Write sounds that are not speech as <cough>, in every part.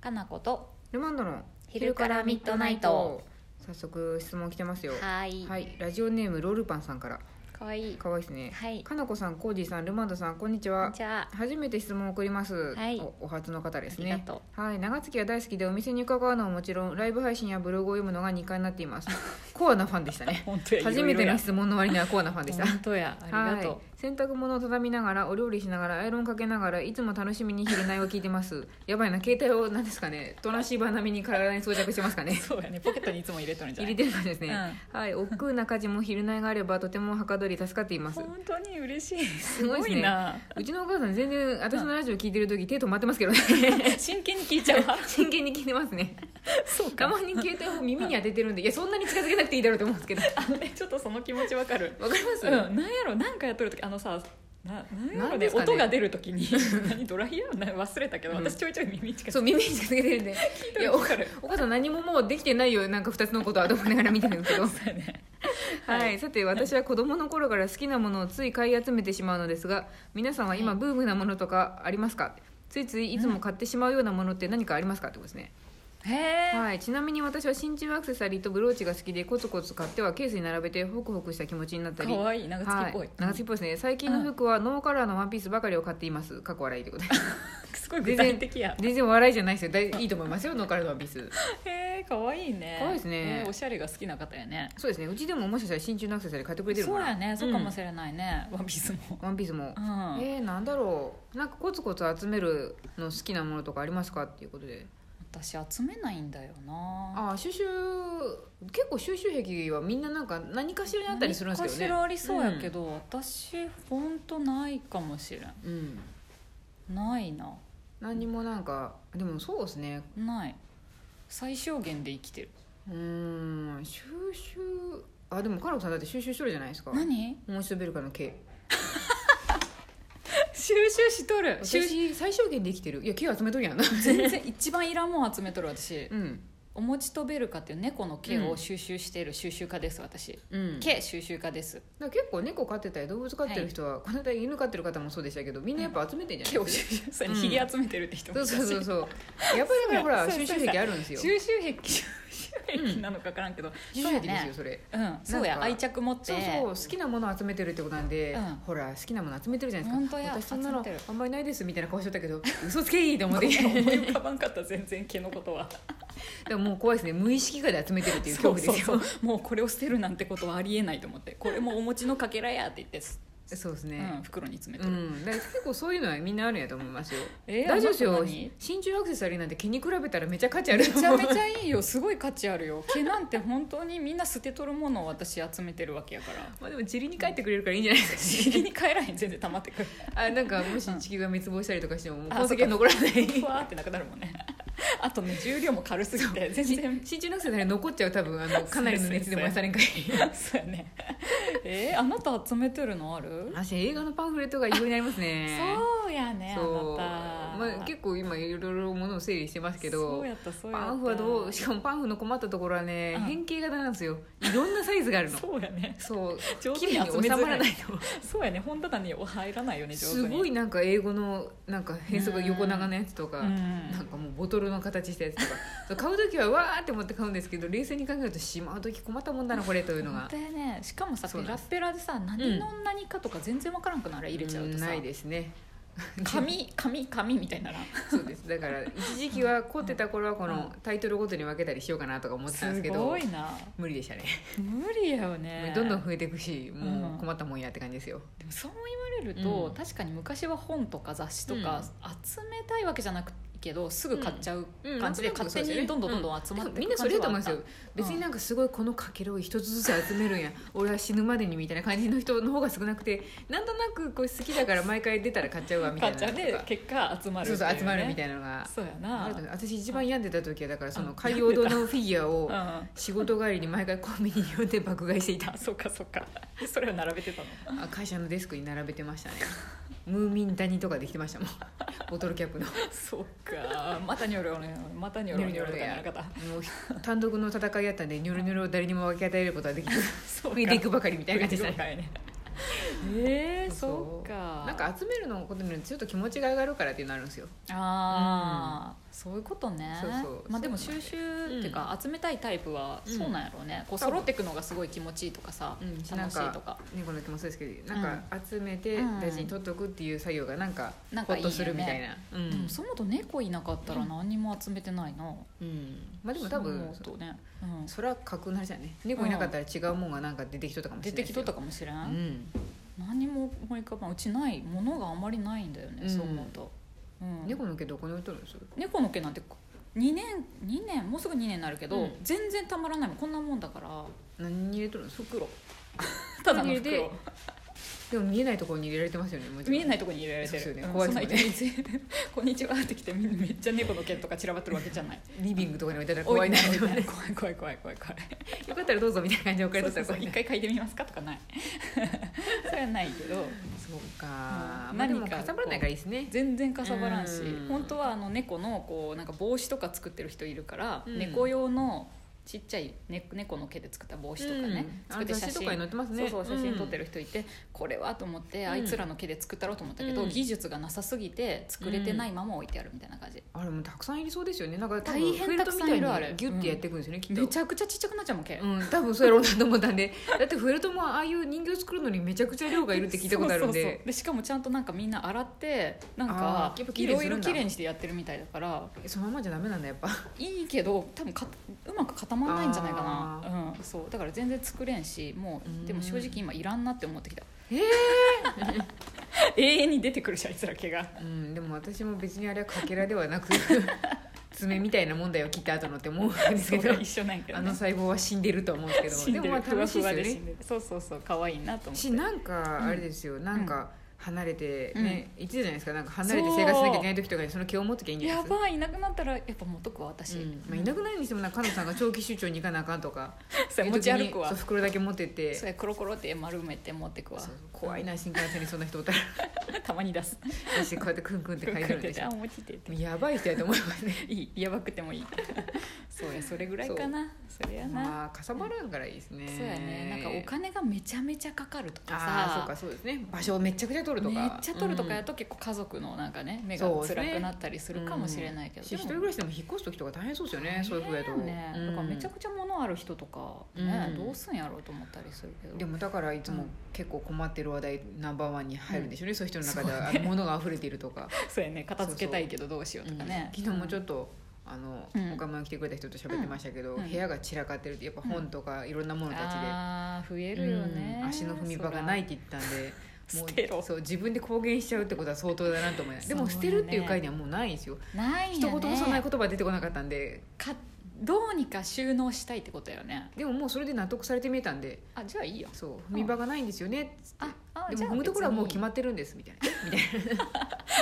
かなことルマンドの昼からミッドナイト早速質問来てますよはいはいラジオネームロールパンさんからかわいい可愛いですねはいかなこさんコージーさんルマンドさんこんにちはじゃあ初めて質問を送ります、はいおお初の方ですあねりがとはい長月が大好きでお店に伺うのはもちろんライブ配信やブログを読むのが2回になってい <laughs> ますコアなファンでしたね本当初めての質問の割にはコアなファンでした本当やありがとうはい、洗濯物を畳みながらお料理しながらアイロンかけながらいつも楽しみに昼寝を聞いてます <laughs> やばいな携帯を何ですかねトランシーバー並みに体に装着してますか <laughs> ねそうやねポケットにいつも入れとるんじゃ入なれいてる感じですね、はい億劫な家事も昼寝があればとてもはかどり助かっています本当に嬉しいすごいごっすねいなうちのお母さん全然私のラジオ聞いてる時手止まってますけどね真剣に聞いちゃうわ <laughs> 真剣に聞いてますねそうたまに携帯を耳に当ててるんでいやそんなに近づけなくていいだろうと思うんですけどあねちょっとその気持ちわかるわかりまうす、んなんやろなんかやっとる時あのさななんやろなんねですかね音が出る時に何ドライヤーな忘れたけどうん私ちょいちょい耳に近づそう耳に近づけ <laughs> てるんでいやおわかるお母さん何ももうできてないよなんか2つのことはと思いながら見てるんですけ <laughs> どそうやね <laughs> はい、はいさて私は子供の頃から好きなものをつい買い集めてしまうのですが皆さんは今はいブームなものとかありますかついついいつも買ってしまうようなものって何かありますかってことですね、へえはい、ちなみに私は真鍮アクセサリーとブローチが好きでコツコツ買ってはケースに並べてホクホクした気持ちになったり可愛い長月っぽはいい、長月っぽいですね最近の服はノーカラーのワンピースばかりを買っています過去笑 <laughs> いということですごい具体的や全然笑いじゃないですよだいいいと思いますよノーカラーのワンピースへえ可愛いね可愛いですねえおしゃれが好きな方やねそうですねうちでももしかしたら真鍮のアクセサリー買ってくれてるかそなうやねそうかもしれれないね、ワンピースもない、ワンピースもう、ん、えー、なんだろうなんかコツコツ集めるの好きなものとかありますかっていうことで私集めないんだよなああ収集結構収集癖はみんななんか何かしらにあったりするんですけ何どかしねらありそうやけど、私ほんとないかもしれうんんないな何にもなんかでもそうですねない最小限で生きてるうーん収集あでもカラコさんだって収集しとるじゃないですか <laughs> 何モンシュベルカの毛収集しとる収集私最小限で生きてるいや毛集めとるやんな全然一番いらんもん集めとる私うんおもちとベルカっていう猫の毛を収集している収集家です私、うんだか毛収集家ですら結構猫飼ってたり動物飼ってる人は、この間犬飼ってる方もそうでしたけどみんなやっぱ集めてんじゃない毛でを <laughs> すか収集それうんひげ集めてるって人もそういたしそうそうそう。やっぱりだからほらそう収そうそう集癖あるんですよ。収集癖収集癖なのか分からんけど、収集癖ですよそれ。うん、そうや愛着持ってそうそう好きなものを集めてるってことなんでうん、ほら好きなもの集めてるじゃないですか。本当や私そんな集めのてるあんまりないですみたいな顔しちゃったけど、 <laughs> 嘘つけいいと思って。思い浮かばんかった全然毛のことは <laughs> でももう怖いですね。無意識化で集めてるっていう恐怖ですそうよそう。そうもうこれを捨てるなんてことはありえないと思ってこれもお餅のかけらやって言って、そうですうん、ね。袋に詰めうてる、ん、だから結構そういうのはみんなあるんやと思いますよ、えー大丈夫ですあなよた何真鍮アクセサリーなんて毛に比べたらめちゃ価値あるめとち思ゃうめちゃいいよすごい価値あるよ毛なんて本当にみんな捨てとるものを私集めてるわけやから <laughs> まあでも塵に帰ってくれるからいいんじゃないです地球に帰らへん全然溜ま <laughs> ってくるかあなんかもし地球が滅亡したりとかしてももうあ痕跡は残らないふ <laughs> わーってなくなるもんねあとね重量も軽すぎて全然真鍮の世代残っちゃう多分あのかなりの熱で燃やされ <laughs> んかいそうやねえー、あなた集めてるのある私映画のパンフレットが異様になりますねそうやねあそうなた、まあ、結構今いろいろものを整理してますけそどうやったそうやったパンフはどうしかもパンフの困ったところはね、うん変形型なんですよいろんなサイズがあるのそうやねそう上手に綺麗に集めづ収らいまらないのそうやね本棚に入らないよね上手にすごいなんか英語のなんか変則横長のやつとか、うんなんかもうボトルの形したやつとか <laughs> そう買う時はわーって思って買うんですけど冷静に考えるとしまう時困ったもんだなこれというの本が当やねしかもさそうペなんラでペラでさ何の何かとか全然わからんくなる <laughs> 入れちゃうとんさ、ないですね紙紙紙みたいにならんそうですだから一時期は凝ってた頃はこのうタイトルごとに分けたりしようかなとか思ってたんですすけどごいな無理でしたね無理やよねどんどんで増えていくしうもんう困ったもんやって感じですよ、もそう言われると、うん確かに昔は本とか雑誌とか、集めたいわけじゃなくけどすぐ買っちゃう感じで、勝手にどんどんどんどん集まっていく感じはあった、みんなそれだと思いますよ、うん別になんかすごいこのかけらを一つずつ集める <laughs> んや俺は死ぬまでにみたいな感じの人の方が少なくてなんとなくこう好きだから毎回出たら買っちゃうわみた買いっなちゃうとでか結果集まるそうそう集まるみたいいなのながそうやあなると思う私一番病んでた時はだからそうんの海洋堂のフィギュアをうん仕事帰りに毎回コンビニに寄って爆買いしていたあそうかそうかで <laughs> それを並べてたのあ会社のデスクに並べてましたねムーミン谷とかできてましたもんボトルキャップのそうかまたにょろねまたにょろねょろとかならなかっもうひ単独の戦いやったんでニョロニョロを誰にも分け与えることはできずたそう増えていくばかりみたいな感じでしたねたねえー、そうそうかなんか集めるのをことによってちょっと気持ちが上がるからっていうのあるんですよああ、そういうことねそうそうまあでもそう収なんです集っていうか集めたいタイプはうんそうなんやろうね、こう揃っていくのがすごい気持ちいいとかさ、うん楽しいとか猫の気もそうですけどなんか集めてうん大事に取っとくっていう作業がなんかなんホかいいッよとねするみたいなうでんもそもそも猫いなかったら何にも集めてないな、うんまあでも多分そう思うとね、うん、それは架空の話だよね猫いなかったら違うもんがなんか出てきとったかもしれ出ないてですきよとったかもしれん、うん何も思い浮かばんうちないものがあんまりないんだよね、うんそう思うと、うん、猫の毛どこに置いとるんですよ猫の毛なんて2年2年もうすぐ2年になるけど、うん全然たまらないもんこんなもんだから何に入れとるんですか袋ただの袋袋ででも見えないところに入れられてますよねもちろん見えないところに入れられてるそうですよんね怖いそんなです一日 <laughs> こんにちはって来てみんなめっちゃ猫の毛とか散らばってるわけじゃないリビングとかに置いてたら <laughs> 怖いなおよみたいな怖い怖い怖い怖い怖いかったらどうぞみたいな感じで送られそとうったそうらそう怖い一な回嗅いでみますかとかない <laughs> それはないけどそうかうんまあでも何かかさばらないからいいですね全然かさばらんしうん本当はあの猫のこうなんか帽子とか作ってる人いるから、うん猫用のちっちゃい、ね、猫の毛で作った帽子とかね、うん作ってあ雑誌とかに載ってますねそうそう写真撮ってる人いて、これはと思ってうんあいつらの毛で作ったろうと思ったけど、うん技術がなさすぎて作れてないまま置いてあるみたいな感じ、あれもうたくさんいりそうですよねなんか多分大変フェルトみたいたくさんいるあれにギュッてやっていくんですよねきっめとちゃくちゃちっちゃくなっちゃうもん毛、うん、多分そうやろうなと思ったんで <laughs> だってフェルトもああいう人形作るのにめちゃくちゃ量がいるって聞いたことあるんでそうそうそうでしかもちゃんとなんかみんな洗ってなんあかーやっぱ綺い麗にろすいるろんだきれいにしてやってるみたいだからそのままじゃダメなんだやっぱいいけど多分かうまく固まらないんじゃないかな、うん、そうだから全然作れんしもうんうでも正直今いらんなって思ってきたえ <laughs> 永遠に出てくるしあいつら毛がうんでも私も別にあれはかけらではなく爪みたいなもんだよ切った後のって思うんですけそうど一緒なんやけどあのね細胞は死んでると思うんですけ <laughs> ど死んででもるまあふわ楽しいふわでです死よねんでるそうそうそう可愛いなと思ってしなんかあれですよ、なんか離れてね、言ってたじゃないですかなんか離れて生活しなきゃいけない時とかにその毛を持ってきゃいいんじゃないやですかばいいなくなったらやっぱ持っとくわ私、うんまあ、いなくないにしてもなんか彼女さんが長期出張に行かなあかんとか <laughs> そうや持ち歩くそわう袋だけ持ってってそうやコロコロって丸めて持ってくわそうそう怖いな新幹線にそんな <laughs> 人おったらたまに出す私こうやってクンクンって書いてるんでしあょ持っててってやばい人やと思いますねいいやばくてもいいそうやそれぐらいかなそれやな、まあかさばらんからいいですねそうやねなんかお金がめちゃめちゃかかるとかさああそうかそうですね場所をめっちゃくちゃ取るとかめっちゃ取るとかやと結構家族のなんかね目がそうですね辛くなったりするかもしれないけど、うんし一人暮らしでも引っ越す時とか大変そうですよねそういうふうやと、大変ねうんだからめちゃくちゃ物ある人とかね、うんどうすんやろうと思ったりするけどでもだからいつもうん結構困ってる話題ナンバーワンに入るんでしょうね、そういう人の中では、そうあねの物が溢れているとか、そうやね片付けたいけどどうしようとかね、うん昨日もちょっとあの、うんお買い物来てくれた人と喋ってましたけど、うん部屋が散らかってるってやっぱ本とかいろんなものたちで、あー増えうるよね、ん足の踏み場がないって言ったんでそらもう捨てろそう自分で公言しちゃうってことは相当だなと思いますでもそ捨うねてるっていう概念はもうないんですよない一言よもねそんな言葉は出てこなかったんでかどうにか収納したいってことよねでももうそれで納得されてみえたんであじゃあいいよそう踏み場がないんですよねああでじゃあも踏むところはもう別決にまってるんです <laughs> みたいな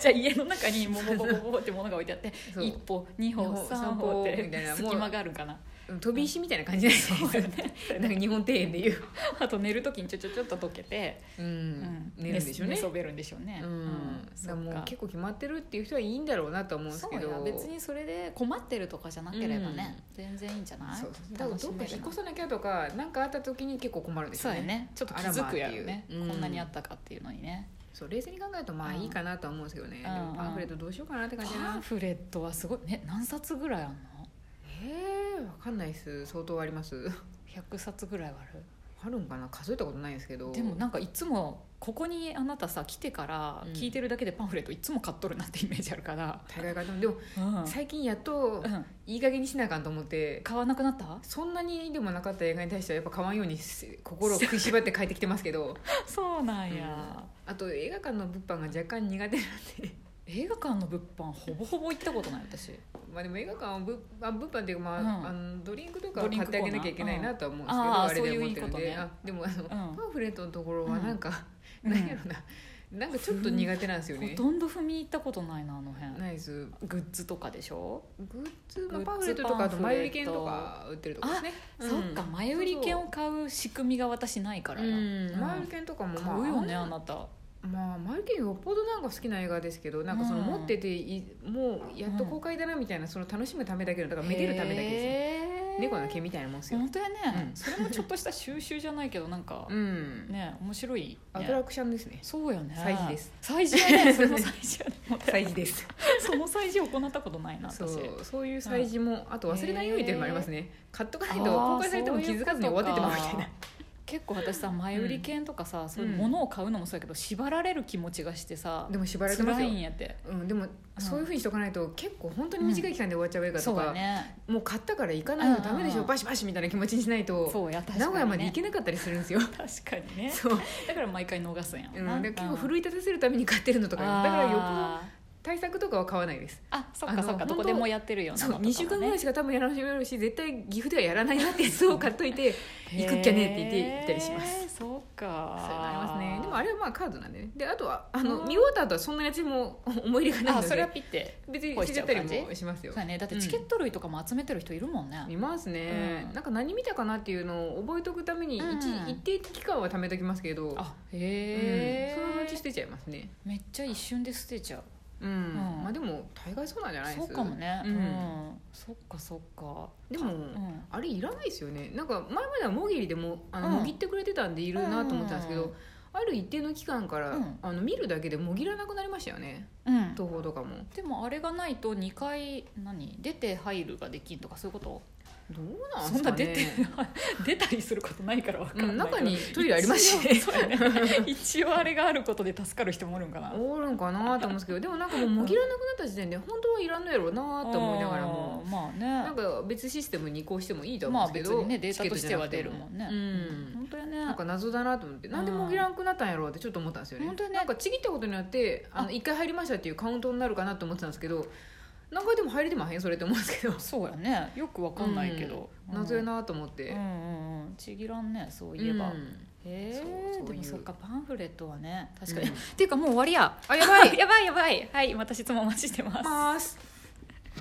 じゃあ家の中 <laughs> にもぼぼぼぼぼって物が置いてあってそう一歩二歩二歩三歩っ三歩みたいてなもう隙間があるんかなうん飛び石みたいな感じなんですよ <laughs> なんか日本庭園でいう、あと寝る時にちょちょちょっと溶けて、う、うん寝るんでしょうね寝そべるんでしょうねうん、だからそっもうか結構決まってるっていう人はいいんだろうなとは思うんですそうけどや別にそれで困ってるとかじゃなければね、全然いいんじゃないそうそうだからどっ楽しかめ引っるな越さなきゃとか何かあった時に結構困るんですそようねやねちょっと気づくやろね、あらまあっていううんこんなにあったかっていうのにねそう冷静に考えるとまあいいかなとは思うんですけどね、んでもパンフレットどうしようかなってパ感じだな、ンフレットはすごいね何冊ぐらいあんのえー、わかんないっす相当あります100冊ぐらいはあるあるんかな数えたことないんですけどでもなんかいつもここにあなたさ来てからうん聞いてるだけでパンフレットいつも買っとるなってイメージあるから、大概買ってもでもうん最近やっとうんいい加減にしなあかんと思って買わなくな <laughs> ったそんなにでもなかった映画に対してはやっぱ買わんようにし心を食いしばって帰ってきてますけど、そうなうんんや、あと映画館の物販が若干苦手なんで映画館の物販ほぼほぼ行ったことない私まあでも映画館はぶあ物販っていうか、まあうんあのドリンクとかドはリン買っクてあげなきゃいけないなとは思うんですけど、コーナーうんあーあれで思ってそういるんういでいことねあでもあの、うんパンフレットのところはなんか、うんなんやろな、なんかちょっと苦手なんですよほね、とんど踏み入ったことないなあの辺ナイスグッズとかでしょ、グッズ、グッまあ、ズパンフレットとかあとパンフレット前売り券とか売ってるとこですねそっか前売り券を買う仕組みが私ないからうな、んうん前売り券とかもまあ買うよねあなたまあ、前売り券よっぽどなんか好きな映画ですけどなんかそのうん持ってていもうやっと公開だなみたいなその楽しむためだけのだからめでるためだけですねへ猫の毛みたいなもんですよ本当やね、うんそれもちょっとした収集じゃないけどなんか、うん、ね面白い、アトね、ラクションです <laughs> ねそうよね催事です催事や <laughs> ねその催事やね催事ですその催事を行ったことないなそ私うそういう催事も、あと忘れないようにというのもありますね、買っとかないとあー公開されても気づかずに終わっててもらうみたそういうこいとなか結構私さ前売り券とかさ、そういううん物を買うのもそうやけど縛られる気持ちがしてさ、でも縛られてま辛すよい、んやってうん、でもそういうふうにしとかないと結構本当に短い期間で終わっちゃう映画そとうか、やねもう買ったから行かないとダメでしうんょうんバシバシみたいな気持ちにしないと、そうや確かに、ね、名古屋まで行けなかったりするんですよ確かにねそう、だから毎回逃すんやうろん、な、だから結構奮いい立たせるために買ってるのととかだからよっぽど対策とかは買わないですあそっあかのそっか本ど当こでもやってるようなそう2週間ぐらいしか多分やらないし絶対岐阜ではやらないなってやつを買っといて行くっきゃねって言って行ったりしますすそうそかういうのありますねでもあれれはまあカードなんでねであとはあうんの見終わった後はそんなに私も思い入れがないあのそれはでピッて別にこうししちちゃゃっうたり感じもしますそようやねだってチケット類とかも集めてる人いるもんね、見ますね、うんなんか何見たかなっていうのを覚えておくために一,、うんうん一定期間は貯めときますけど、あうんへえ、そのうち捨てちゃいますねめっちゃ一瞬で捨てちゃううん、んまあでも大概そうなんじゃないでそうすかもねう、うんんそっかそっかでも、うんあれいらないですよねなんか前まではもぎりでもあの、うんもぎってくれてたんでいるなと思ってたんですけど、うんある一定の期間から、うんあの見るだけでもぎらなくなりましたよねうん東宝とかもでもあれがないと2回何出て入るができんとかそういうことどうなんそんですなか出て <laughs> ね出たりすることないからわかんないけど、うん、中にトイレありますしね一応そうや <laughs> ね一応あれがあることで助かる人もおるんかなおるんかなと思うんですけどでもなんかもうもぎらなくなった時点で本当はいらんのやろうなと思いながらもあーまあねなんか別システムに移行してもいいとはまあ思うんです別けど、にねデータとしてはチケ出るットじゃなもくんねてもうん本当やねなんか謎だなと思ってなんでもぎらんくなったんやろうってちょっと思ったんですよね本当にねなんかちぎったことによってあのあ1回入りましたっていうカウントになるかなと思ってたんですけど何回でも入れてもへんそれって思うんですけどそうやねよくわかんないけど、うん謎やなと思って、うんうんうんちぎらんねそういえば、うんへえそうそういうでもそっかパンフレットはね確かに、 <laughs> うんっていうかもう終わりやあやばいやばいやばいはいまた質問お待ちしてますます